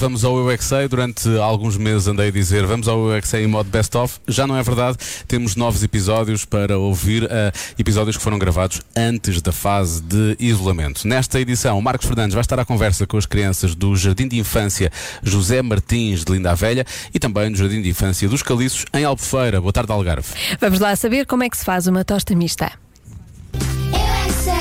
vamos ao UXA. Durante alguns meses andei a dizer vamos ao UXA em modo best-of. Já não é verdade. Temos novos episódios para ouvir, eh, episódios que foram gravados antes da fase de isolamento. Nesta edição, o Marcos Fernandes vai estar à conversa com as crianças do Jardim de Infância José Martins de Linda a Velha e também do Jardim de Infância dos Caliços em Albufeira. Boa tarde, Algarve. Vamos lá saber como é que se faz uma tosta mista. Eu é que sei,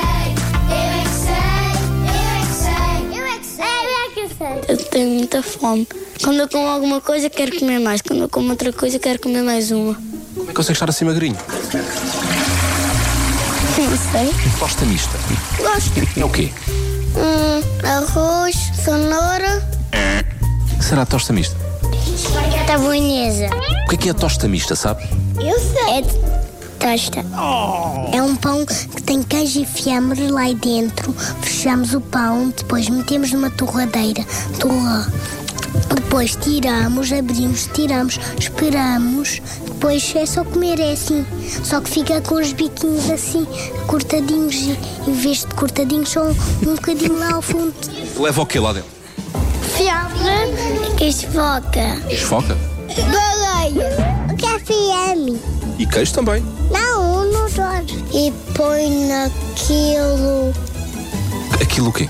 eu é que sei, eu é que sei, eu é que sei, eu é que sei, eu é que sei. Eu tenho muita fome. Quando eu como alguma coisa, quero comer mais. Quando eu como outra coisa, quero comer mais uma. Como é que consegues estar assim magrinho? Não sei. Tosta mista. Gosto. É o quê? Hum, arroz, cenoura. O que será a tosta mista? Espargueta bolonhesa. O que é que é a tosta mista, sabes? Eu sei. É de tosta. É um pão que tem queijo e fiambre lá dentro. Fechamos o pão, depois metemos numa torradeira. Torra. Depois tiramos, abrimos, tiramos, esperamos. Depois é só comer, é assim. Só que fica com os biquinhos assim, cortadinhos. E em vez de cortadinhos, são um bocadinho lá ao fundo. Leva o quê lá dentro? Fiambre que esfoca. Esfoca. Baleia. O que é fiambre? E queijo também. Não, não dói. E põe naquilo. Aquilo o quê?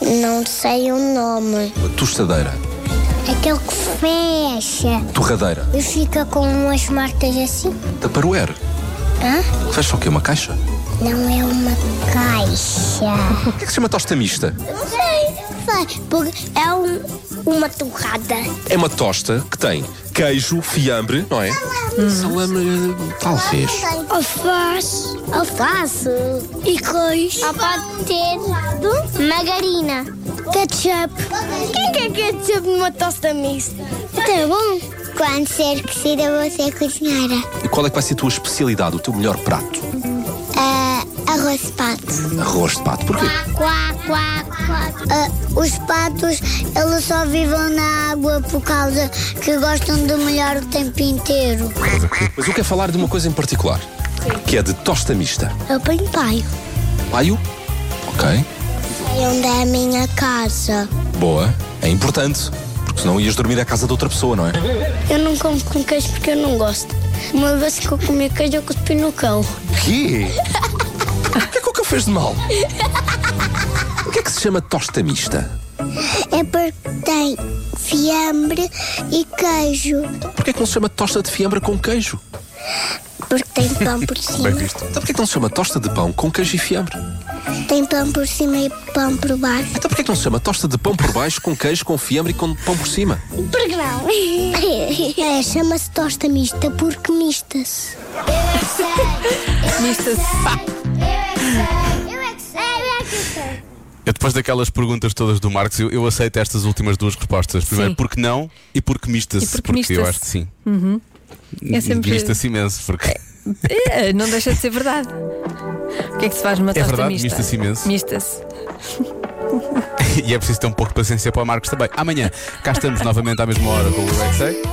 Não sei o nome. Uma tostadeira. Aquele que fecha. Torradeira. E fica com umas marcas assim. Taparoer. Hã? Faz só o quê? Uma caixa? Não é uma caixa. O que é que se chama tosta mista? Não sei. Sei, porque é um- uma torrada. É uma tosta que tem queijo, fiambre, não é? Salame. Talvez. Alface. Alface. E cois. Ou pode ter margarina. Ketchup. Quem quer ketchup numa tosta mista? Está bom. Quando ser crescida vou ser cozinheira. E qual é que vai ser a tua especialidade, o teu melhor prato? Ah, arroz de pato. Arroz de pato. Porquê? Quá, quá, quá. Ah, os patos, eles só vivem na água por causa que gostam de molhar o tempo inteiro. Mas eu quero falar de uma coisa em particular, que é de tosta mista. Eu ponho paio. Paio? Ok. É onde é a minha casa. Boa. É importante, porque senão ias dormir à casa de outra pessoa, não é? Eu não como com queijo porque eu não gosto. Uma vez que eu comi queijo, eu cuspi no cão. Quê? O que é que o que fez de mal? O que é que se chama tosta mista? É porque tem fiambre e queijo. Porquê é que não se chama tosta de fiambre com queijo? Porque tem pão por cima. Então porquê é que não se chama tosta de pão com queijo e fiambre? tem pão por cima e pão por baixo. Então porquê é que não se chama tosta de pão por baixo com queijo, com fiambre e com pão por cima? Porque não? é, chama-se tosta mista porque mista-se. Mista-se. Eu é que sei, eu é que sei. Eu depois daquelas perguntas todas do Marcos, eu, eu aceito estas últimas duas respostas. Primeiro, Sim. porque não e porque mistas, E porque eu mista-se. acho que sim. É sempre- É, Mista-se imenso, porque é Eh, Não deixa de ser verdade. O que é que se faz numa tosta verdade, mista? mista-se imenso. Mista-se. e é preciso ter um pouco de paciência para o Marcos também. Amanhã cá estamos novamente à mesma hora com o UXA.